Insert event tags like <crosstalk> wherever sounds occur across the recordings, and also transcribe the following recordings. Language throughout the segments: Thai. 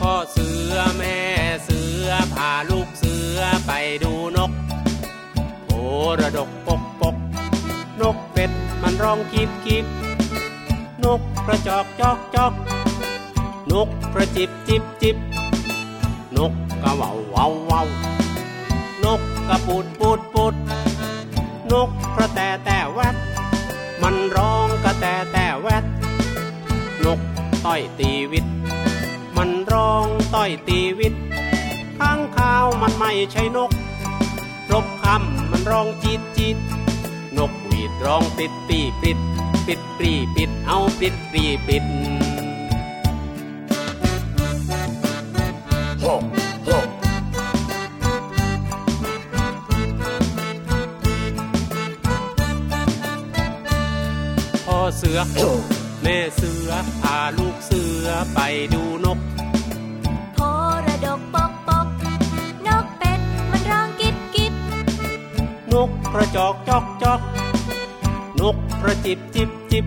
พ่อเสือแม่เสือพาลูกเสือไปดูนกโอระดกปกปก นกเป็ดมันร้องคิบคิบนกกระจอกจอกจอก นกกระจิบจิบจิบ นกกระเหว่าเหว่าเหวานกกระปูดปูดปูด นกกระแตแต่แวดมันร้องกระแตแต่แวดนกต้อยตีวิต มันร้องต้อยตีวิตข้างข้าวมันไม่ใช่นก รบคำมันร้องจิตจิต นกหวีดร้องปิดปีปิด ปิดปรีปิดเอาปิดปรีปิด พ่อเสือ แม่เสือพาลูกเสือไปดูนก โพระดกปกปก นกเป็ดมันร้องกิบกิบ นกกระจอกจอกจอก นกกระจิบจิบจิบ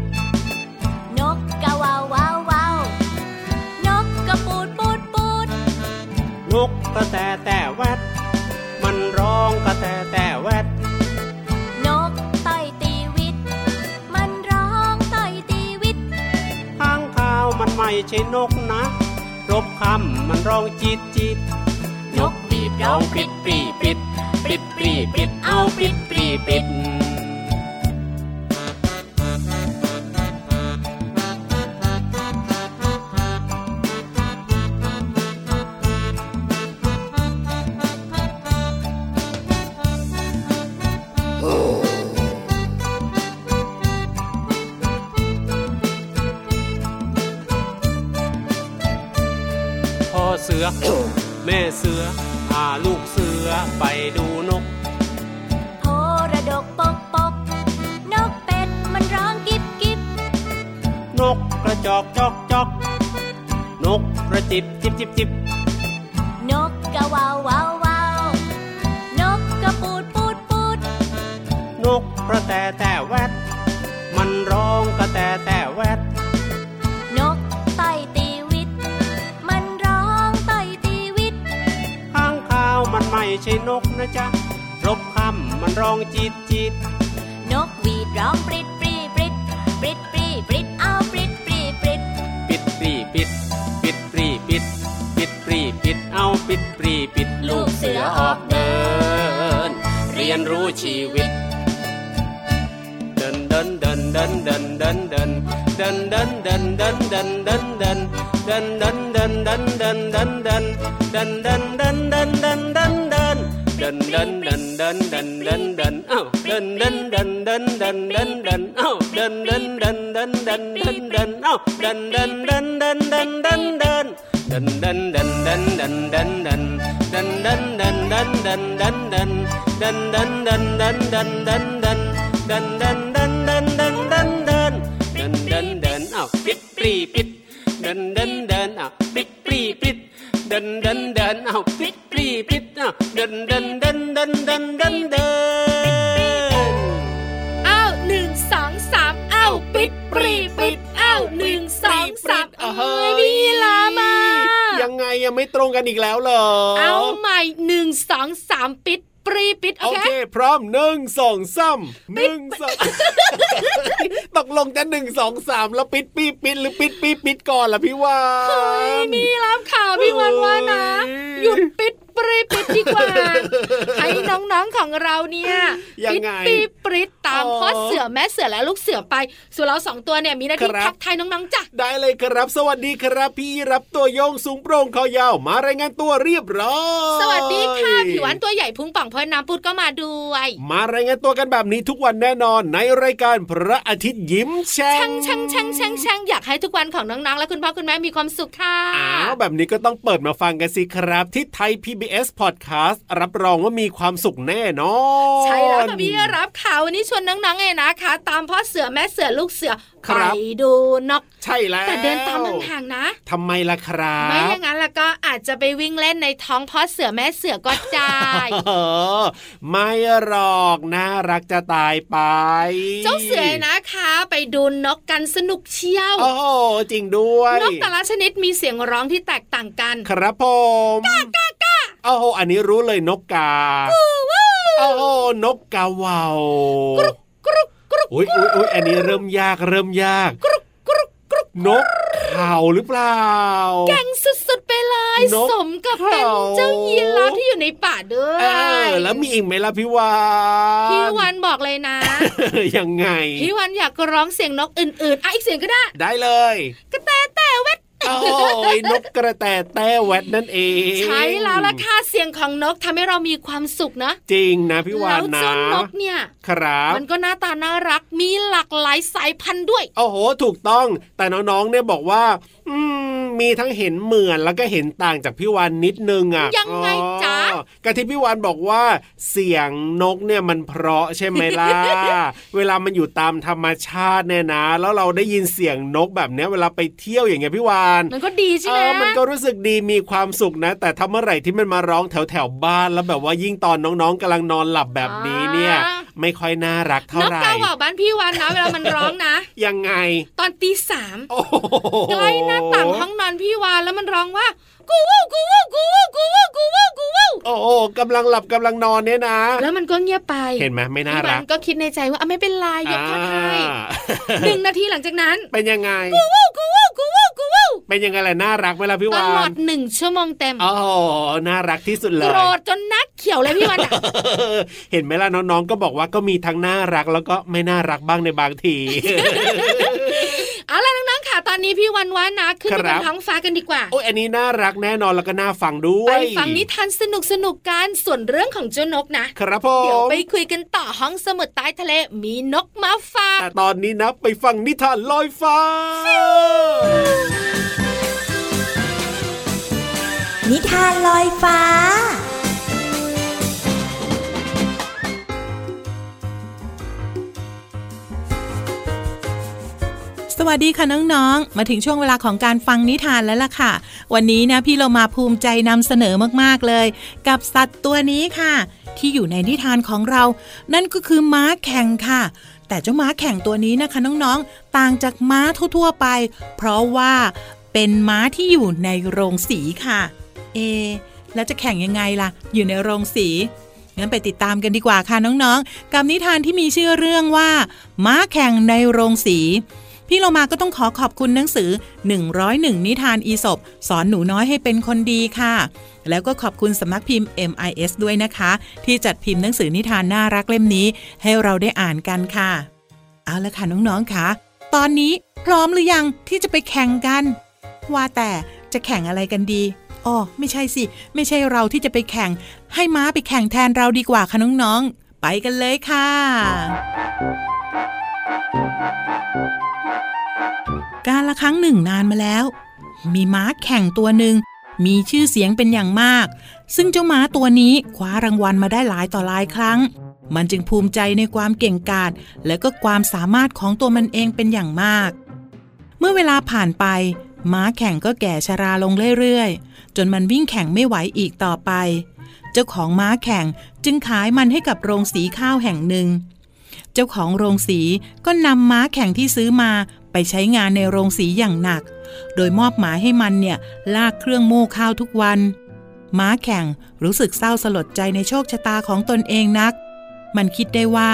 นกกะวาววาววาว นกกระปูดปูดปูด นกกระแตแต่แวดมันร้องกระแตแต่แวด นกต่อยตีวิต มันร้องต่อยตีวิต ข้างข้าวมันไม่ใช่นกนะ รบคำมันร้องจิตจิต นกปีบร้องปิดปรีปิด ปิดปรีปิดเอาปิดปรีปิด พ่อเสือ แม่เสือพาลูกเสือไปดูนก โพระดกปกปก นกเป็ดมันร้องกิบกิบ นกกระจอกจอกจอก นกกระจิบจิบจิบจิบ นกกะวาววาววาว นกกระปูดปูดปูด นกกระแตแต่แวดมันร้องกระแตแต่แวด นกต่อยตีวิต มันร้องต่อยตีวิต ข้างข้าวมันไม่ใช่นกนะจ๊ะ รบคำมันร้องจิตจิต นกหวีดร้องปริดปรีปริดปริดปรีปริดเอาปริดปรีปริด ปิดปรีปิด ปิดปรีปิด ปิดปรีปิดเอาปิดปรีปิดลูกเสือออกเดิน เรียนรู้ชีวิต เดินเดินเดินเดินเดินเดินเดินเดินเดินเดินเดินเดินเดินเดินเดินเดินเดินเดินเดินเดินเดินเดินเดินเดินเดินเดินเดินเดินเดินเดินเดินเดินเดินเดินเอ้าเดินเดินเดินเดินเดินเดินเดินเอ้าเดินเดินเดินเดินเดินเดินเดินเอ้าเดินเดินเดินเดินเดินเดินเดิน ดันดันดันดันดันดันดันดันดันดันดันดันดันดันดันดันดันดันดันดันดันดันดันดันดันดันดันดันดันดันดันอ้าวปิดปรีปิดดันดันดันอ้าวปิดปรีปิดดันดันดันอ้าวปิดปรีปิดอ้าวดันดันดันดันดันดันดัน อ้าวหนึ่งสองสามอ้าวปิดปรีปิดอ้าวหนึ่งสองสาม เอ้ ยพี่ลามา ยังไงยังไม่ตรงกันอีกแล้วเหรอ เอาใหม่หนึ่งสองสามปิดปรีปิด โอ โอเค เค พร้อมหนึ่งสองสามหนึ่งสองตกลงจะหนึ่งสองสามแล้วปิดปีปิดหรือปิดปีปิดก่อนล่ะพี่วา เฮ้ย น นี่รับข่าวพี่วันว่านะ เฮ้ย หยุดปิดปรีปิด ดีกว่า ให้น้องๆของเราเนี่ย ยังไง ปริดปริดตาม อ๋อ พ่อเสือแม่เสือและลูกเสือไป ส่วนเราสองตัวเนี่ยมีหน้าที่ ครับ ทักทายน้องๆจ้ะ ได้เลยครับ สวัสดีครับ พี่รับตัวโยงสูงโปร่งคอยาว มารายงานตัวเรียบร้อย สวัสดีค่ะผิวหวันตัวใหญ่พุงป่องพอน้ำปุดก็มาด้วย มารายงานตัวกันแบบนี้ทุกวันแน่นอน ในรายการพระอาทิตย์ยิ้มแฉ่ ช่างช่างช่างช่างช่างอยากให้ทุกวันของน้องๆ และคุณพ่อคุณแม่มีความสุขค่ะ อ้าวแบบนี้ก็ต้องเปิดมาฟังกันสิครับ ที่ไทย PBS Podcast รับรองว่ามีความสุขแน่นอน ใช่แล้วค่ะพี่รับข่าววันนี้ชวนน้องๆไงนะคะ ตามพ่อเสือแม่เสือลูกเสือ ค ไป รับ ดูนก ใช่แล้ว แต่เดินตามห่างๆนะ ทำไมล่ะครับ ไม่อย่างนั้นแล้วก็อาจจะไปวิ่งเล่นในท้องพ่อเสือแม่เสือก็ได้ <laughs> เออไม่หรอกน่ารักจะตายไป เจ้าเสือนะคะ ไปดูนกกันสนุกเชียว โอ้โหจริงด้วย นกแต่ละชนิดมีเสียงร้องที่แตกต่างกัน ครับผมกากากาโอ้โหอันนี้รู้เลยนกกาโอ้โหนกกาเหวาวกรุก กรุกกรุก อุ้ยอุ้ยอุ้ยอันนี้เริ่มยากเริ่มยาก กรุกกรุกกรุก นกเขาหรือเปล่า แข่งสุดๆไปเลย นก สมกับเป็น เขา เจ้ายีราฟที่อยู่ในป่าด้ว เอย อแล้วมีอีกไหมล่ะพี่วาน พี่วันบอกเลยนะ ยังไง พี่วันอยากร้องเสียงนกอื่นๆอ่ะอีกเสียงก็ได้ ได้เลย กระแตแต่เวท โอ้ยนกกระแตแต้แวดนั่นเอง ใช้แล้วล่ะค่ะเสียงของนกทำให้เรามีความสุขนะ จริงนะพี่วา แล้ น ว นะ เจ้านกเนี่ย ครับ มันก็หน้าตาน่ารักมีหลากหลายสายพันธุ์ด้วย โอ้โห ถูกต้อง แต่น้องๆ เนี่ยบอกว่า อืม มีทั้งเห็นเหมือนแล้วก็เห็นต่างจากพี่วานนิดนึงอ่ะ ยังไงจ๊ะ อ๋อกะที่พี่วานบอกว่า เสียงนกเนี่ยมันเพราะใช่ไหม <laughs> ล่ะ เวลามันอยู่ตามธรรมชาติเนี่ยนะ แล้วเราได้ยินเสียงนกแบบเนี้ยเวลาไปเที่ยวอย่างเงี้ยพี่วาน มันก็ดีใช่ไหม เออมันก็รู้สึกดีมีความสุขนะ แต่ถ้าเมื่อไหร่ที่มันมาร้องแถวแถวๆบ้านแล้วแบบว่ายิ่งตอนน้องๆกำลังนอนหลับแบบนี้เนี่ย อ่า ไม่ค่อยน่ารักเท่าน ก ไหร่ กาเหว่าบ้านพี่วันนะ เวลามันร้องนะ ยังไง ตอนตีสาม โอ้โห ใกล้หน้าต่างห้องนอนพี่วานแล้วมันร้องว่า กูวู้กูวู้กูวู้กูวู้กูวู้กูวู้ โอ้โหกำลังหลับกำลังนอนเนี่ยนะ แล้วมันก็เงียบไป เห็นไหมไม่น่า พี่วั รั น ก ก็คิดในใจว่าอ่ะไม่เป็นไรยกโทษให้ อ่า <laughs> หนึ่งนาทีหลังจากนั้น เป็นยังไง กูวู้กูวู้กูวู้กูวู้ เป็นยังไงแหละน่ารักไหมล่ะพี่ ต วา ลอด น หนึ่งชั่วโมงเต็ม โอ้โหน่ารักที่สุดเล โก ย รธจนหนักเขียวเลยพี่วัน <laughs> อะ เห็นไหมล่ะน้องๆก็บอกว่าก็มีทั้งน่ารักแล้วก็ไม่น่ารักบ้างในบางที เอาล่ะน้องๆค่ะตอนนี้พี่วันวานะขึ้นไปบ ครั น บ ท้องฟ้ากันดีกว่า โอ้ยอันนี้น่ารักแน่นอนแล้วก็น่าฟังด้ว ไป ย ฟังนิทานสนุกสนุกๆกันส่วนเรื่องของเจ้านกนะครับ ผ เดี๋ยว ม ไปคุยกันต่อห้องสมุดใต้ทะเลมีนกมาฝาก แต่ตอนนี้นะไปฟังนิทานลอยฟ้า นิทานลอยฟ้า สวัสดีค่ะน้องๆ มาถึงช่วงเวลาของการฟังนิทานแล้วล่ะค่ะ วันนี้นะพี่เรามาภูมิใจนำเสนอมากๆเลย กับสัตว์ตัวนี้ค่ะ ที่อยู่ในนิทานของเรา นั่นก็คือม้าแข่งค่ะ แต่เจ้าม้าแข่งตัวนี้นะคะน้องๆ ต่างจากม้าทั่วๆไป เพราะว่าเป็นม้าที่อยู่ในโรงสีค่ะ เอะแล้วจะแข่งยังไงล่ะ อยู่ในโรงสี งั้นไปติดตามกันดีกว่าค่ะน้องๆ กับนิทานที่มีชื่อเรื่องว่า ม้าแข่งในโรงสี พี่เรามาก็ต้องขอขอบคุณหนังสือ 101 นิทานอีสบสอนหนูน้อยให้เป็นคนดีค่ะ แล้วก็ขอบคุณสำนักพิมพ์ MIS ด้วยนะคะ ที่จัดพิมพ์หนังสือนิทานน่ารักเล่มนี้ ให้เราได้อ่านกันค่ะ เอาละค่ะน้องๆค่ะ ตอนนี้พร้อมหรือยังที่จะไปแข่งกัน ว่าแต่จะแข่งอะไรกันดีอ๋อไม่ใช่สิ ไม่ใช่เราที่จะไปแข่ง ให้ม้าไปแข่งแทนเราดีกว่าค่ะน้องๆ ไปกันเลยค่ะ การละครั้งหนึ่งนานมาแล้ว มีม้าแข่งตัวหนึ่ง มีชื่อเสียงเป็นอย่างมาก ซึ่งเจ้าม้าตัวนี้คว้ารางวัลมาได้หลายต่อหลายครั้ง มันจึงภูมิใจในความเก่งกาจและก็ความสามารถของตัวมันเองเป็นอย่างมาก เมื่อเวลาผ่านไป ม้าแข่งก็แก่ชราลงเรื่อยๆ จนมันวิ่งแข่งไม่ไหวอีกต่อไป เจ้าของม้าแข่งจึงขายมันให้กับโรงสีข้าวแห่งหนึ่ง เจ้าของโรงสีก็นำม้าแข่งที่ซื้อมาไปใช้งานในโรงสีอย่างหนัก โดยมอบหมายให้มันเนี่ยลากเครื่องโม่ข้าวทุกวัน ม้าแข่งรู้สึกเศร้าสลดใจในโชคชะตาของตนเองนัก มันคิดได้ว่า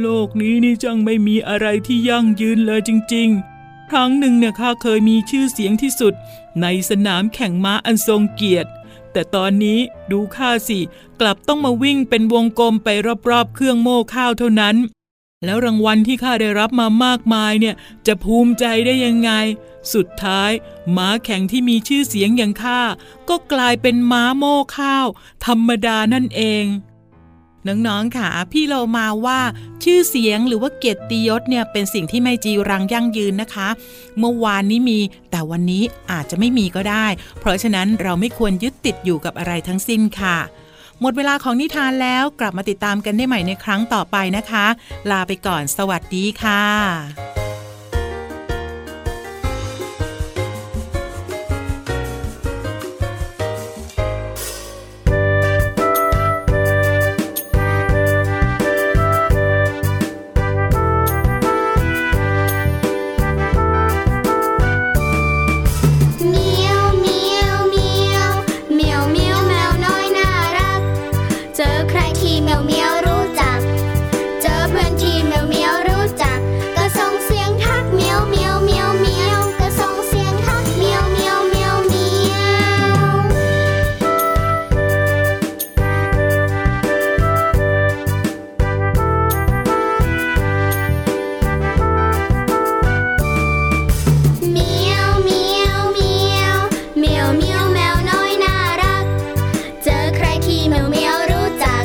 โลกนี้นี่จังไม่มีอะไรที่ยั่งยืนเลยจริง ๆ ครั้งหนึ่งเนี่ยข้าเคยมีชื่อเสียงที่สุด ในสนามแข่งม้าอันทรงเกียรติ แต่ตอนนี้ดูข้าสิ กลับต้องมาวิ่งเป็นวงกลมไปรอบๆ เครื่องโม่ข้าวเท่านั้น แล้วรางวัลที่ข้าได้รับมามากมายเนี่ย จะภูมิใจได้ยังไง สุดท้ายม้าแข่งที่มีชื่อเสียงอย่างข้าก็กลายเป็นม้าโม่ข้าว ธรรมดานั่นเอง น้องๆ ค่ะ พี่เรามาว่าชื่อเสียงหรือว่าเกียรติยศเนี่ยเป็นสิ่งที่ไม่จีรังยั่งยืนนะคะ เมื่อวานนี้มี แต่วันนี้อาจจะไม่มีก็ได้ เพราะฉะนั้นเราไม่ควรยึดติดอยู่กับอะไรทั้งสิ้นค่ะ หมดเวลาของนิทานแล้วกลับมาติดตามกันได้ใหม่ในครั้งต่อไปนะคะ ลาไปก่อนสวัสดีค่ะ เมียวเมียวเมียวเมียวเมียวแมวน้อยน่ารัก เจอใครที่เมียวเมียวรู้จัก เจอเพื่อนที่เมียวเมียวรู้จัก ก็ส่งเสียงทักเมียวเมียวเมียวเมียวก็ส่งเสียงทักเมียวเมียวเมียวเมียวเมียวเมียวเมียวเมียวเมียวแมวน้อยน่ารัก เจอใครที่เมียวเมียวรู้จัก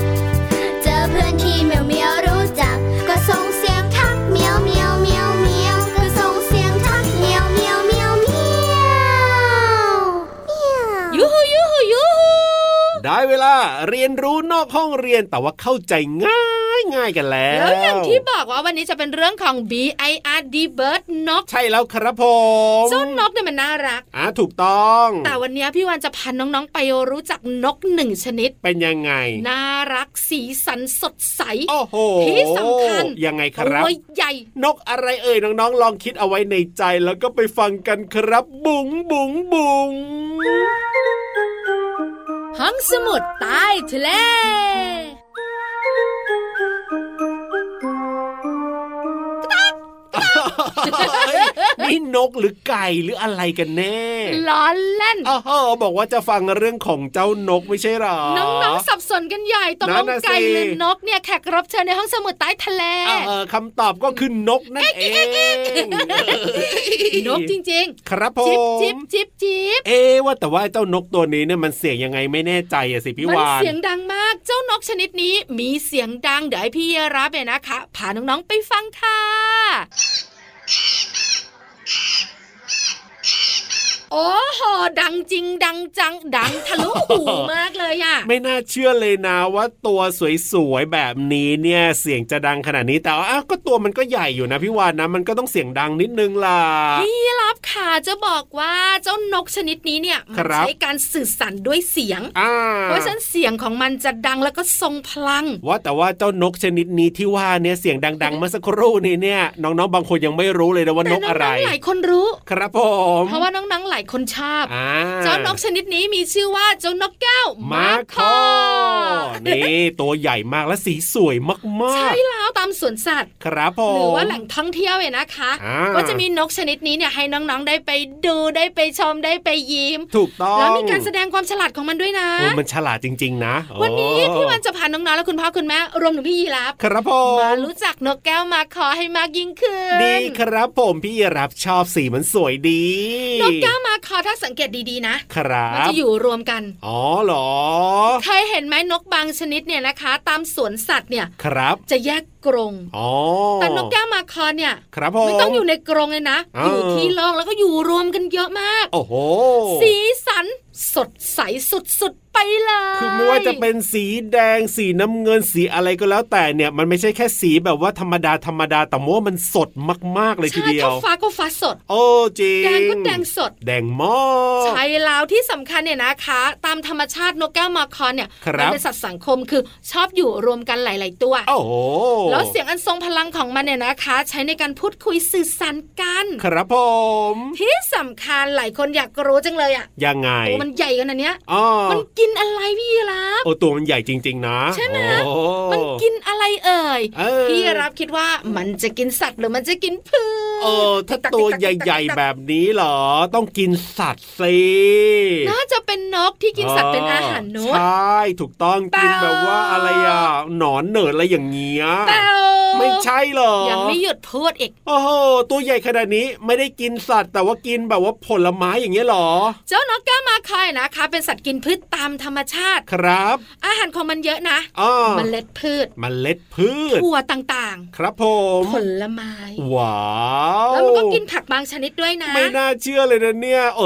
เจอเพื่อนที่เมียวเมียวรู้จัก ก็ส่งเสียงทักเมียวเมียวเมียวเมียวก็ส่งเสียงทักเมียวเมียวเมียวเมียวเมียว ยูฮูยูฮูยูฮู ได้เวลาเรียนรู้นอกห้องเรียนแต่ว่าเข้าใจง่ายง่ายกันแล้ แล้ว วอย่างที่บอกว่าวันนี้จะเป็นเรื่องของ B I R D bird นก ใช่แล้วครับผม เจ้านกเนี่ยมันน่ารัก อ่ะถูกต้อง แต่วันนี้พี่วันจะพาน้องๆ ไปรู้จักนกหนึ่งชนิด เป็นยังไง น่ารักสีสันสดใส โอ้โห ที่สำคัญ ยังไงครับ ตัวใหญ่ นกอะไรเอ่ยน้องๆ ลองคิดเอาไว้ในใจแล้วก็ไปฟังกันครับ บุ๋งบุ๋งบุ๋ง ห้องสมุดใต้ทะเล เฮ้ยนี่นกหรือไก่หรืออะไรกันแน่ ล้อเล่น อ้าวเหรอบอกว่าจะฟังเรื่องของเจ้านกไม่ใช่หรอ น้องๆ สับสนกันใหญ่ตกลง นั่นน่ะสิ ไก่หรือนกเนี่ยแขกรับเชิญในห้องสมุดใต้ทะเล อ่ะเออคำตอบก็คือนกนั่นเอง นกจริง ครับผ ๆ จิบจิบมจิบจิบ เอ๊ะว่าแต่ว่าเจ้านกตัวนี้เนี่ยมันเสียงยังไงไม่แน่ใจอะสิพี่ มั วาน เสียงดังมากเจ้านกชนิดนี้มีเสียงดัง เดี๋ยวให้พี่รับเนี่ยนะคะพาน้องๆ ไปฟังค่ะ โอ้โหดังจริงดังจังดังทะลุหูมากเลย <laughs> อ่ะ ไม่น่าเชื่อเลยนะว่าตัวสวยๆแบบนี้เนี่ยเสียงจะดังขนาดนี้แต่ว่าอ้าวก็ตัวมันก็ใหญ่อยู่นะพี่วานนะมันก็ต้องเสียงดังนิดนึงล่ะ พี่รับค่ะจะบอกว่าเจ้านกชนิดนี้เนี่ยมั ครั ใช้ บ การสื่อสารด้วยเสียง อ่า เพราะฉะนั้นเสียงของมันจะดังแล้วก็ทรงพลัง ว่าแต่ว่าเจ้านกชนิดนี้ที่ว่าเนี่ยเสียงดังๆเมื่อสักครู่นี้เนี่ยน้องๆบางคนยังไม่รู้เลยนะว่า แต่ น น้ กอะไร องๆหลายคนรู้ ครับผม เพราะว่าน้องๆหลายคนชอบ อ่ เจ้านกชนิดนี้มีชื่อว่าเจ้านกแก้ว มาคอนี่ตัวใหญ่มากและสีสวยมาก ใช่แล้วตามสวนสัตว์ ๆ ครับผม หรือว่าแหล่งท่องเที่ยวเนี่ยนะคะ อ่า ก็จะมีนกชนิดนี้เนี่ยให้น้องๆได้ไปดูได้ไปชมได้ไปยิ้ม ถูกต้อง แล้วมีการแสดงความฉลาดของมันด้วยนะ โอ้มันฉลาดจริง ๆ นะ วันนี้ โอ้ พี่วันจะพาน้องๆและคุณพ่อคุณแม่รวมถึงพี่ยีรับ ครับผม มารู้จักนกแก้วมาคอให้มากยิ่งขึ้น ดีครับผมพี่รับชอบสีมันสวยดี นกแก้วมาคอถ้าสังเกตดีๆนะ ครั มัน บ จะอยู่รวมกัน อ๋อเหรอ เคยเห็นไหมนกบางชนิดเนี่ยนะคะ ตามสวนสัตว์เนี่ย ครับ จะแยกกรง อ๋อ แต่นกแก้วมาคอเนี่ย ครับผม ไม่ต้องอยู่ในกรงเลยนะ อ้าว อยู่ที่โล่งแล้วก็อยู่รวมกันเยอะมาก โอ้โห สีสันสดใสสุดๆไปเลย คือไม่ว่าจะเป็นสีแดงสีน้ำเงินสีอะไรก็แล้วแต่เนี่ยมันไม่ใช่แค่สีแบบว่าธรรมดาธรรมดาแต่ว่ามันสดมากๆเลยที ใช่ เดีย ถ้าว ฟ้าก็ฟ้าสด โอ้จริง แดงก็แดงสด แดงมาก ใช่แล้วที่สำคัญเนี่ยนะคะ ตามธรรมชาตินกแก้วมาคอนเนี่ย ครับ มัเป็นสัตว์สังคมคือชอบอยู่รวมกันหลาย ๆ ตัว โอ้โห แล้วเสียงอันทรงพลังของมันเนี่ยนะคะ ใช้ในการพูดคุยสื่อสารกัน ครับผม ที่สำคัญหลายคนอยากรู้จังเลยอ่ะ ยังไง ตัวมันใหญ่กันอันเนี้ย อ๋อ มันกิน นอะไรพี่ยีรับ โอ้ตัวมันใหญ่จริง ๆ นะ ใช่ไหม โอ้ มันกินอะไรเอ่ย เออ พี่ยีรับคิดว่ามันจะกินสัตว์หรือมันจะกินพืช เออถ้าตัวใหญ่ ๆ แบบนี้เหรอ ต้องกินสัตว์สิ น่าจะเป็นนกที่กินสัตว์เป็นอาหารนก ใช่ถูกต้อง เต่ากิ กินแบบว่าอะไรอะหนอนเหนิดอะไรอย่างเงี้ย เต่า ไม่ใช่เหรอ ยังไม่หยุดพูดอีก โอ้โห ตัวใหญ่ขนาดนี้ไม่ได้กินสัตว์แต่ว่ากินแบบว่าผลไม้อย่างเงี้ยเหรอ เจ้านกแก้วมาคอยนะคะ เป็นสัตว์กินพืชตามธรรมชาติ ครับ อาหารของมันเยอะนะ อ้อ มเมล็ดพืช เมล็ดพืช ถั่วต่าง ครับผม ๆ ผลไม้ ว้าว แล้วมันก็กินผักบางชนิดด้วยนะ ไม่น่าเชื่อเลยนะเนี่ย เอ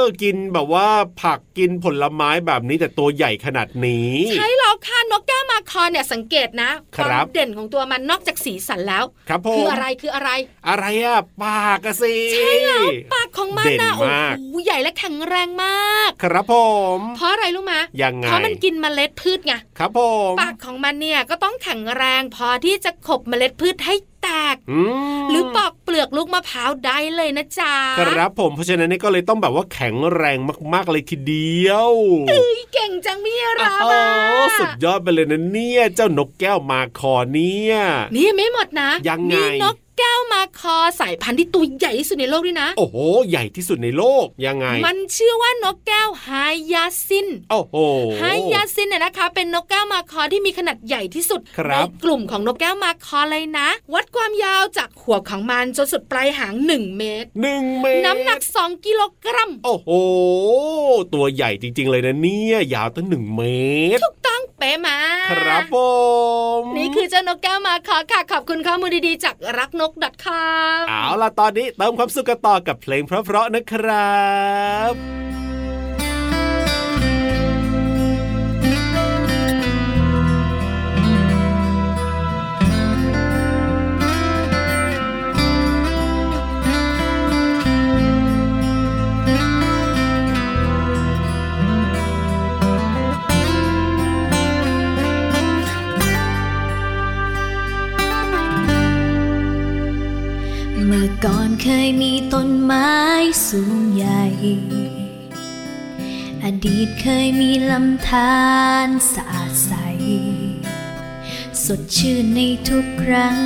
อ กินแบบว่าผักกินผลไม้แบบนี้แต่ตัวใหญ่ขนาดนี้ ใช่แล้วค่ะนกแก้วมาคอเนี่ยสังเกตนะค ครั วา บ มเด่นของตัวมันนอกจากสีสันแล้ว ครับผม คืออะไรคืออะไร อะไรอะปากอะสิ ใช่แล้วปากของมันนะ เด่น โอ้ มาก โหใหญ่และแข็งแรงมาก ครับผม เพราะอะไรรู้มะ ยังไง เพราะมันกินเมล็ดพืชไง ครับผม ปากของมันเนี่ยก็ต้องแข็งแรงพอที่จะขบเมล็ดพืชให้แตก อืม หรือปอกเปลือกลูกมะพร้าวได้เลยนะจ๊ะ ครับผมเพราะฉะนั้นเนี่ยก็เลยต้องแบบว่าแข็งแรงมาก ๆ เลยทีเดียว อุ๊ยเก่งจังพี่รามโอ้า สุดยอดไปเลยนะเนี่ย เจ้านกแก้วมาคอเนี่ย นี่ไม่หมดนะ ยังไง มีนกแก้วมาคอสายพันธุ์ที่ตัวใหญ่ที่สุดในโลกด้วยนะ โอ้โห ใหญ่ที่สุดในโลก ยังไง มันชื่อว่านกแก้วไฮยาซิน โอ้โห ไฮยาซินเนี่ยนะคะ เป็นนกแก้วมาคอที่มีขนาดใหญ่ที่สุด ครั ใน บ กลุ่มของนกแก้วมาคอเลยนะ วัดความยาวจากหัวของมันจนสุดปลายหาง 1 เมตร หนึ่งเมตร น้ำหนัก 2 กิโลกรัม โอ้โห ตัวใหญ่จริง ๆ เลยนะเนี่ย ยาวตั้งหนึ่งเมตร ถูกต้องเป๊ะมา ครับผม นี่คือเจ้านกแก้วมาคอค่ะ ขอบคุณข้อมูลดีๆ จากรักนก .com เอาล่ะตอนนี้เติมความสุขกันต่อกับเพลงเพราะๆนะครับ เมื่อก่อนเคยมีต้นไม้สูงใหญ่ อดีตเคยมีลำธารสะอาดใส สดชื่นในทุกครั้ง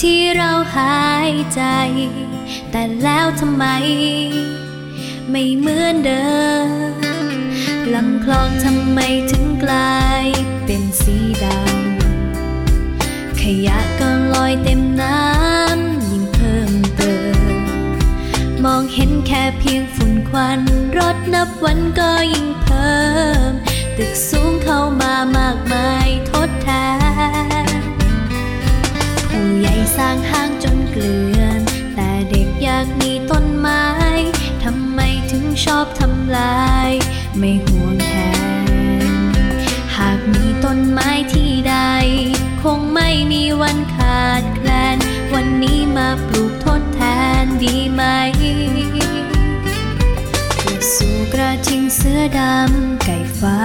ที่เราหายใจ แต่แล้วทำไม ไม่เหมือนเดิมลำคลองทำไมถึงกลายเป็นสีดำ ขยะก็ลอยเต็มน้ำยิ่งเพิ่มเติม มองเห็นแค่เพียงฝุ่นควันรถนับวันก็ยิ่งเพิ่ม ตึกสูงเข้ามามากมายทดแทนผู้ใหญ่สร้างห้างจนเกลื่อน แต่เด็กอยากมีต้นไม้ ทำไมถึงชอบทำลาย ไม่ห่วงแหน หากมีต้นไม้ที่ใด คงไม่มีวันขาดแคลน วันนี้มาปลูกทดแทนดีไหมเพื่อสู่กระทิงเสื้อดำไก่ฟ้า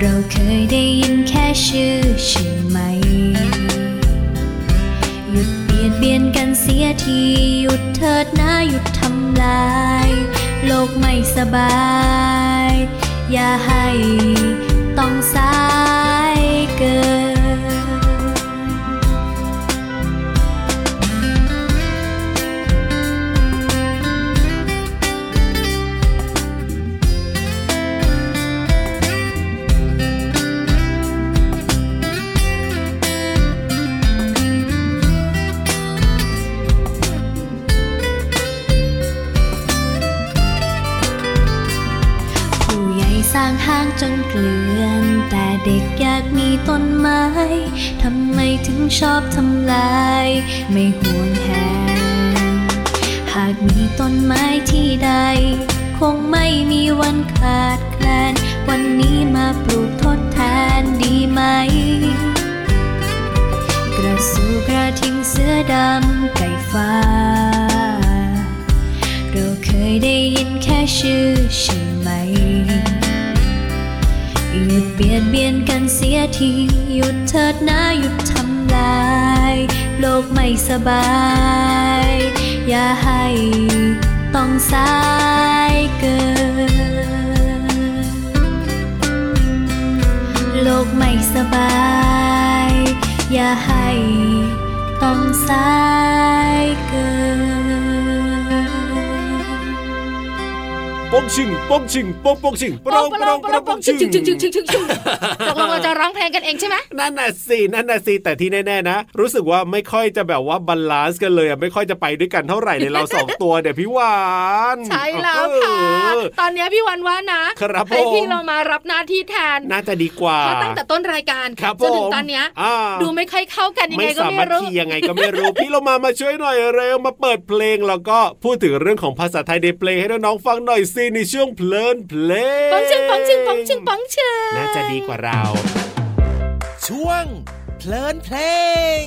เราเคยได้ยินแค่ชื่อใช่ไหม หยุดเบียดเบียนกันเสียที หยุดเถิดนะหยุดทำลาย โลกไม่สบาย อย่าให้ต้องสายเกิน ผู้ใหญ่สร้างห้างจนเกลื่อน แต่เด็กอยากมีต้นไม้ ทำไมถึงชอบทำลาย ไม่ห่วงแหนหากมีต้นไม้ที่ใด คงไม่มีวันขาดแคลน วันนี้มาปลูกทดแทนดีไหม กระสูกระทิงเสื้อดำไก่ฟ้า เราเคยได้ยินแค่ชื่อใช่ไหม หยุดเบียดเบียนกันเสียที หยุดเถิดนะหยุดทำลาย โลกไม่สบาย อย่าให้ต้องสายเกิน ให้ ต้องสายเกิน ปองชิงปองชิงปองปองชิงปปร ร อง ง ป ป ร รอง ง ป ป ร รอง ง ป ป ร รง ง ชึ ชิ ง ง ชึงชึงชึงชึงชึงชึงตกลงเราจะร้องเพลงกันเองใช่ไหม นั่นน่ะสินั่นน่ะสิแต่ที่แน่ๆนะ รู้สึกว่าไม่ค่อยจะแบบว่าบาลานซ์กันเลยอะไม่ค่อยจะไปด้วยกันเท่าไหร่เลยเราสองตัวเดี๋ยวพี่วาน ใช่แล้วค่ะ เออ ตอนนี้พี่วันว่านะครับ ให้พี่ ผม เรามารับหน้าที่แทน น่าจะดีกว่า เพราะตั้งแต่ต้นรายการ ครับ จนถึง ผม ตอนเนี้ย อ่า ดูไม่ค่อยเข้ากันยัง ไม่ ไงก็ สา ไม่ มารถ รู้ ทียังไงก็ไม่รู้ พี่เรามามาช่วยหน่อยเร็วมาเปิดเพลงแล้วก็พูดถึงเรื่องของภาษาไทยในเพลงให้น้องๆฟังหน่อยสิในช่วงเพลินเพลง ปองชึงปองชึงปองชึงปองชึง น่าจะดีกว่าเรา ช่วงเพลินเพลง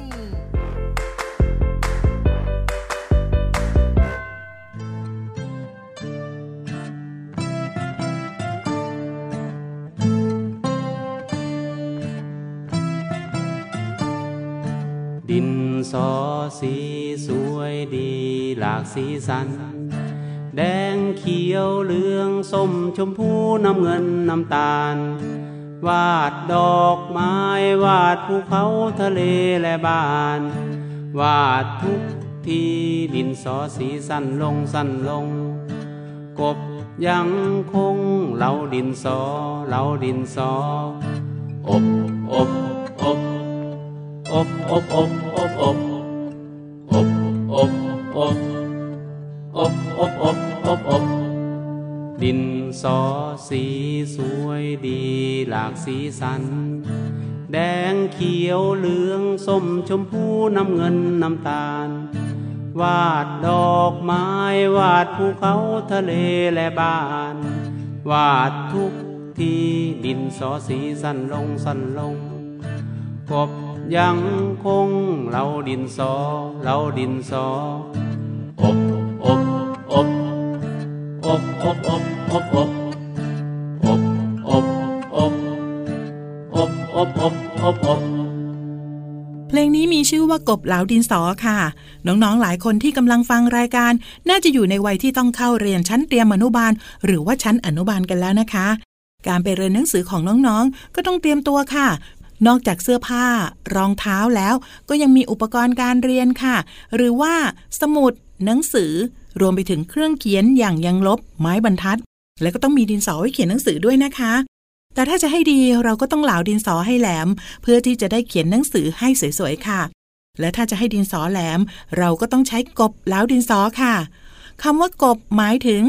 ดินสอสีสวยดีหลากสีสัน แดงเขียวเหลืองส้มชมพูน้ำเงินน้ำตาล วาดดอกไม้วาดภูเขาทะเลและบ้าน วาดทุกทีดินสอสีสั้นลงสั้นลง กบยังคงเหลาดินสอเหลาดินสอ อบอบอบ อบอบอบอบอบอบอบอบอบอบอบอบอบดินสอสีสวยดีหลากสีสัน แดงเขียวเหลืองส้มชมพูน้ำเงินน้ำตาล วาดดอกไม้วาดภูเขาทะเลและบ้าน วาดทุกทีดินสอสีสั้นลงสั้นลง กบยังคงเหล่าดินสอเหล่าดินสอ อบอบอบอบอบอบอบอบอบอบอบอบอบอบอบอบ เพลงนี้มีชื่อว่ากบเหลาดินสอค่ะ น้องๆ หลายคนที่กำลังฟังรายการ น่าจะอยู่ในวัยที่ต้องเข้าเรียนชั้นเตรียมอนุบาล หรือว่าชั้นอนุบาลกันแล้วนะคะ การไปเรียนหนังสือของน้องๆ ก็ต้องเตรียมตัวค่ะ นอกจากเสื้อผ้ารองเท้าแล้ว ก็ยังมีอุปกรณ์การเรียนค่ะ หรือว่าสมุด หนังสือ รวมไปถึงเครื่องเขียนอย่างยังลบ ไม้บรรทัด และก็ต้องมีดินสอไว้เขียนหนังสือด้วยนะคะ แต่ถ้าจะให้ดีเราก็ต้องเหลาดินสอให้แหลม เพื่อที่จะได้เขียนหนังสือให้สวยๆค่ะ และถ้าจะให้ดินสอแหลม เราก็ต้องใช้กบเหลาดินสอค่ะคำว่ากบหมายถึง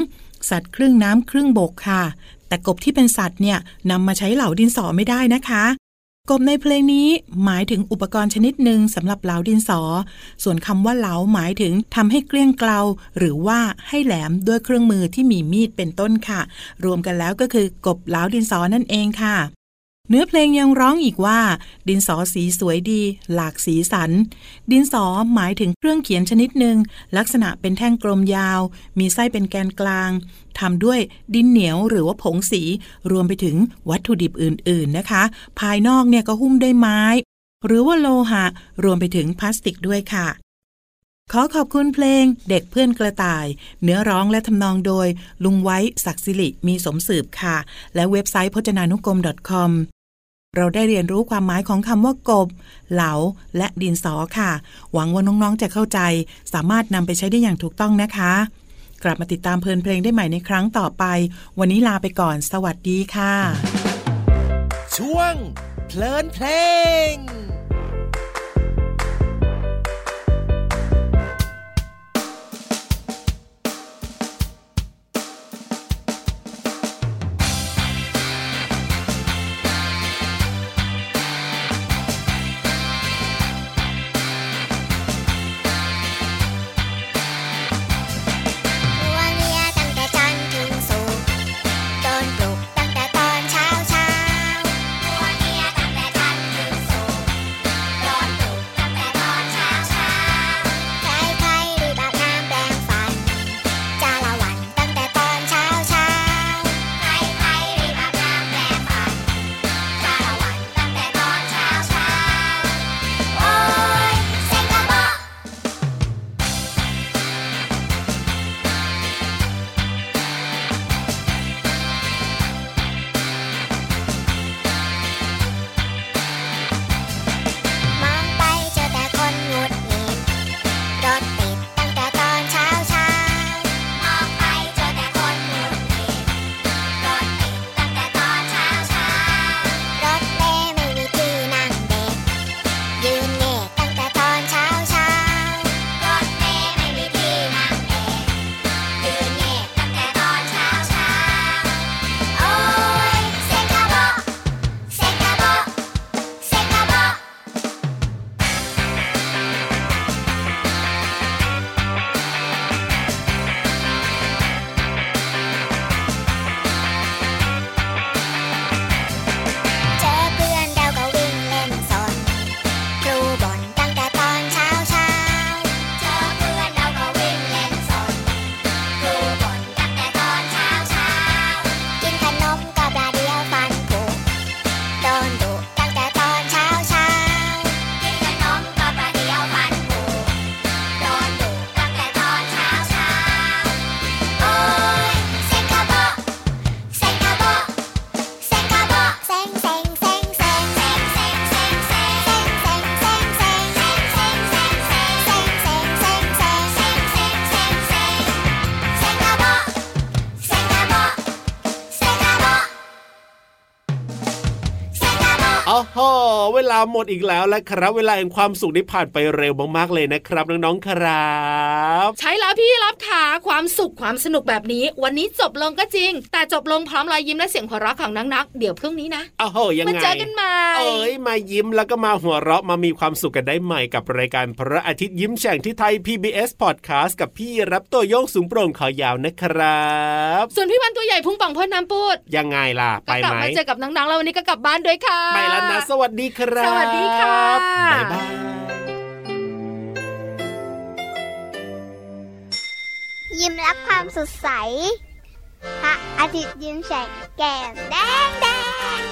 สัตว์ครึ่งน้ำครึ่งบกค่ะ แต่กบที่เป็นสัตว์เนี่ยนำมาใช้เหลาดินสอไม่ได้นะคะ กบในเพลงนี้หมายถึงอุปกรณ์ชนิดหนึ่งสำหรับเหลาดินสอ ส่วนคำว่าเหลาหมายถึงทำให้เกลี้ยงเกลาหรือว่าให้แหลมด้วยเครื่องมือที่มีมีดเป็นต้นค่ะ รวมกันแล้วก็คือกบเหลาดินสอนั่นเองค่ะ เนื้อเพลงยังร้องอีกว่า ดินสอสีสวยดี หลากสีสัน ดินสอหมายถึงเครื่องเขียนชนิดหนึ่งลักษณะเป็นแท่งกลมยาว มีไส้เป็นแกนกลางทำด้วยดินเหนียวหรือว่าผงสี รวมไปถึงวัตถุดิบอื่น ๆนะคะ ภายนอกเนี่ยก็หุ้มด้วยไม้ หรือว่าโลหะ รวมไปถึงพลาสติกด้วยค่ะ ขอขอบคุณเพลงเด็กเพื่อนกระต่าย เนื้อร้องและทำนองโดย ลุงไว้ศักดิ์สิริมีสมสืบค่ะ และเว็บไซต์พจนานุกรม .com เราได้เรียนรู้ความหมายของคำว่ากบ เหลา และดินสอค่ะ หวังว่าน้องๆจะเข้าใจ สามารถนำไปใช้ได้อย่างถูกต้องนะคะ กลับมาติดตามเพลินเพลงได้ใหม่ในครั้งต่อไป วันนี้ลาไปก่อน สวัสดีค่ะ ช่วงเพลินเพลง ตัวเมียตั้งแต่จันทร์ถึงศุกร์โดนปลุกตั้งแต่ตอนเช้าเช้าตัวเมียตั้งแต่จันทร์ถึงศุกร์ อ้าวโหเวลาหมดอีกแล้วและครับ เวลาแห่งความสุขได้ผ่านไปเร็วมากๆเลยนะครับน้องๆครับ ใช้แล้วพี่รับค่ะความสุขความสนุกแบบนี้ วันนี้จบลงก็จริง แต่จบลงพร้อมรอยยิ้มและเสียงหัวเราะของนักๆเดี๋ยวพรุ่งนี้นะ อ้าวโหยัง มา ไง เจอกันใหม่ เอ้ยมายิ้มแล้วก็มาหัวเราะมามีความสุขกันได้ใหม่กับรายการพระอาทิตย์ยิ้มแฉ่งที่ไทย PBS Podcast กับพี่รับตัวโยงสูงโปร่งขอยาวนะครับ ส่วนพี่วันตัวใหญ่พุ่งป่องพ่นน้ำปูด ยังไงล่ะ ไป ก็กลั ไหม มาเจอกับนังๆแล้ววันนี้ก็กลับบ้านด้วยค่ะ ไปแล้วนะ สวัสดีครับ สวัสดีค่ะ บ๊ายบาย ยิ้มรับความสดใส พระอาทิตย์ยิ้มแฉกแก้มแดงแดง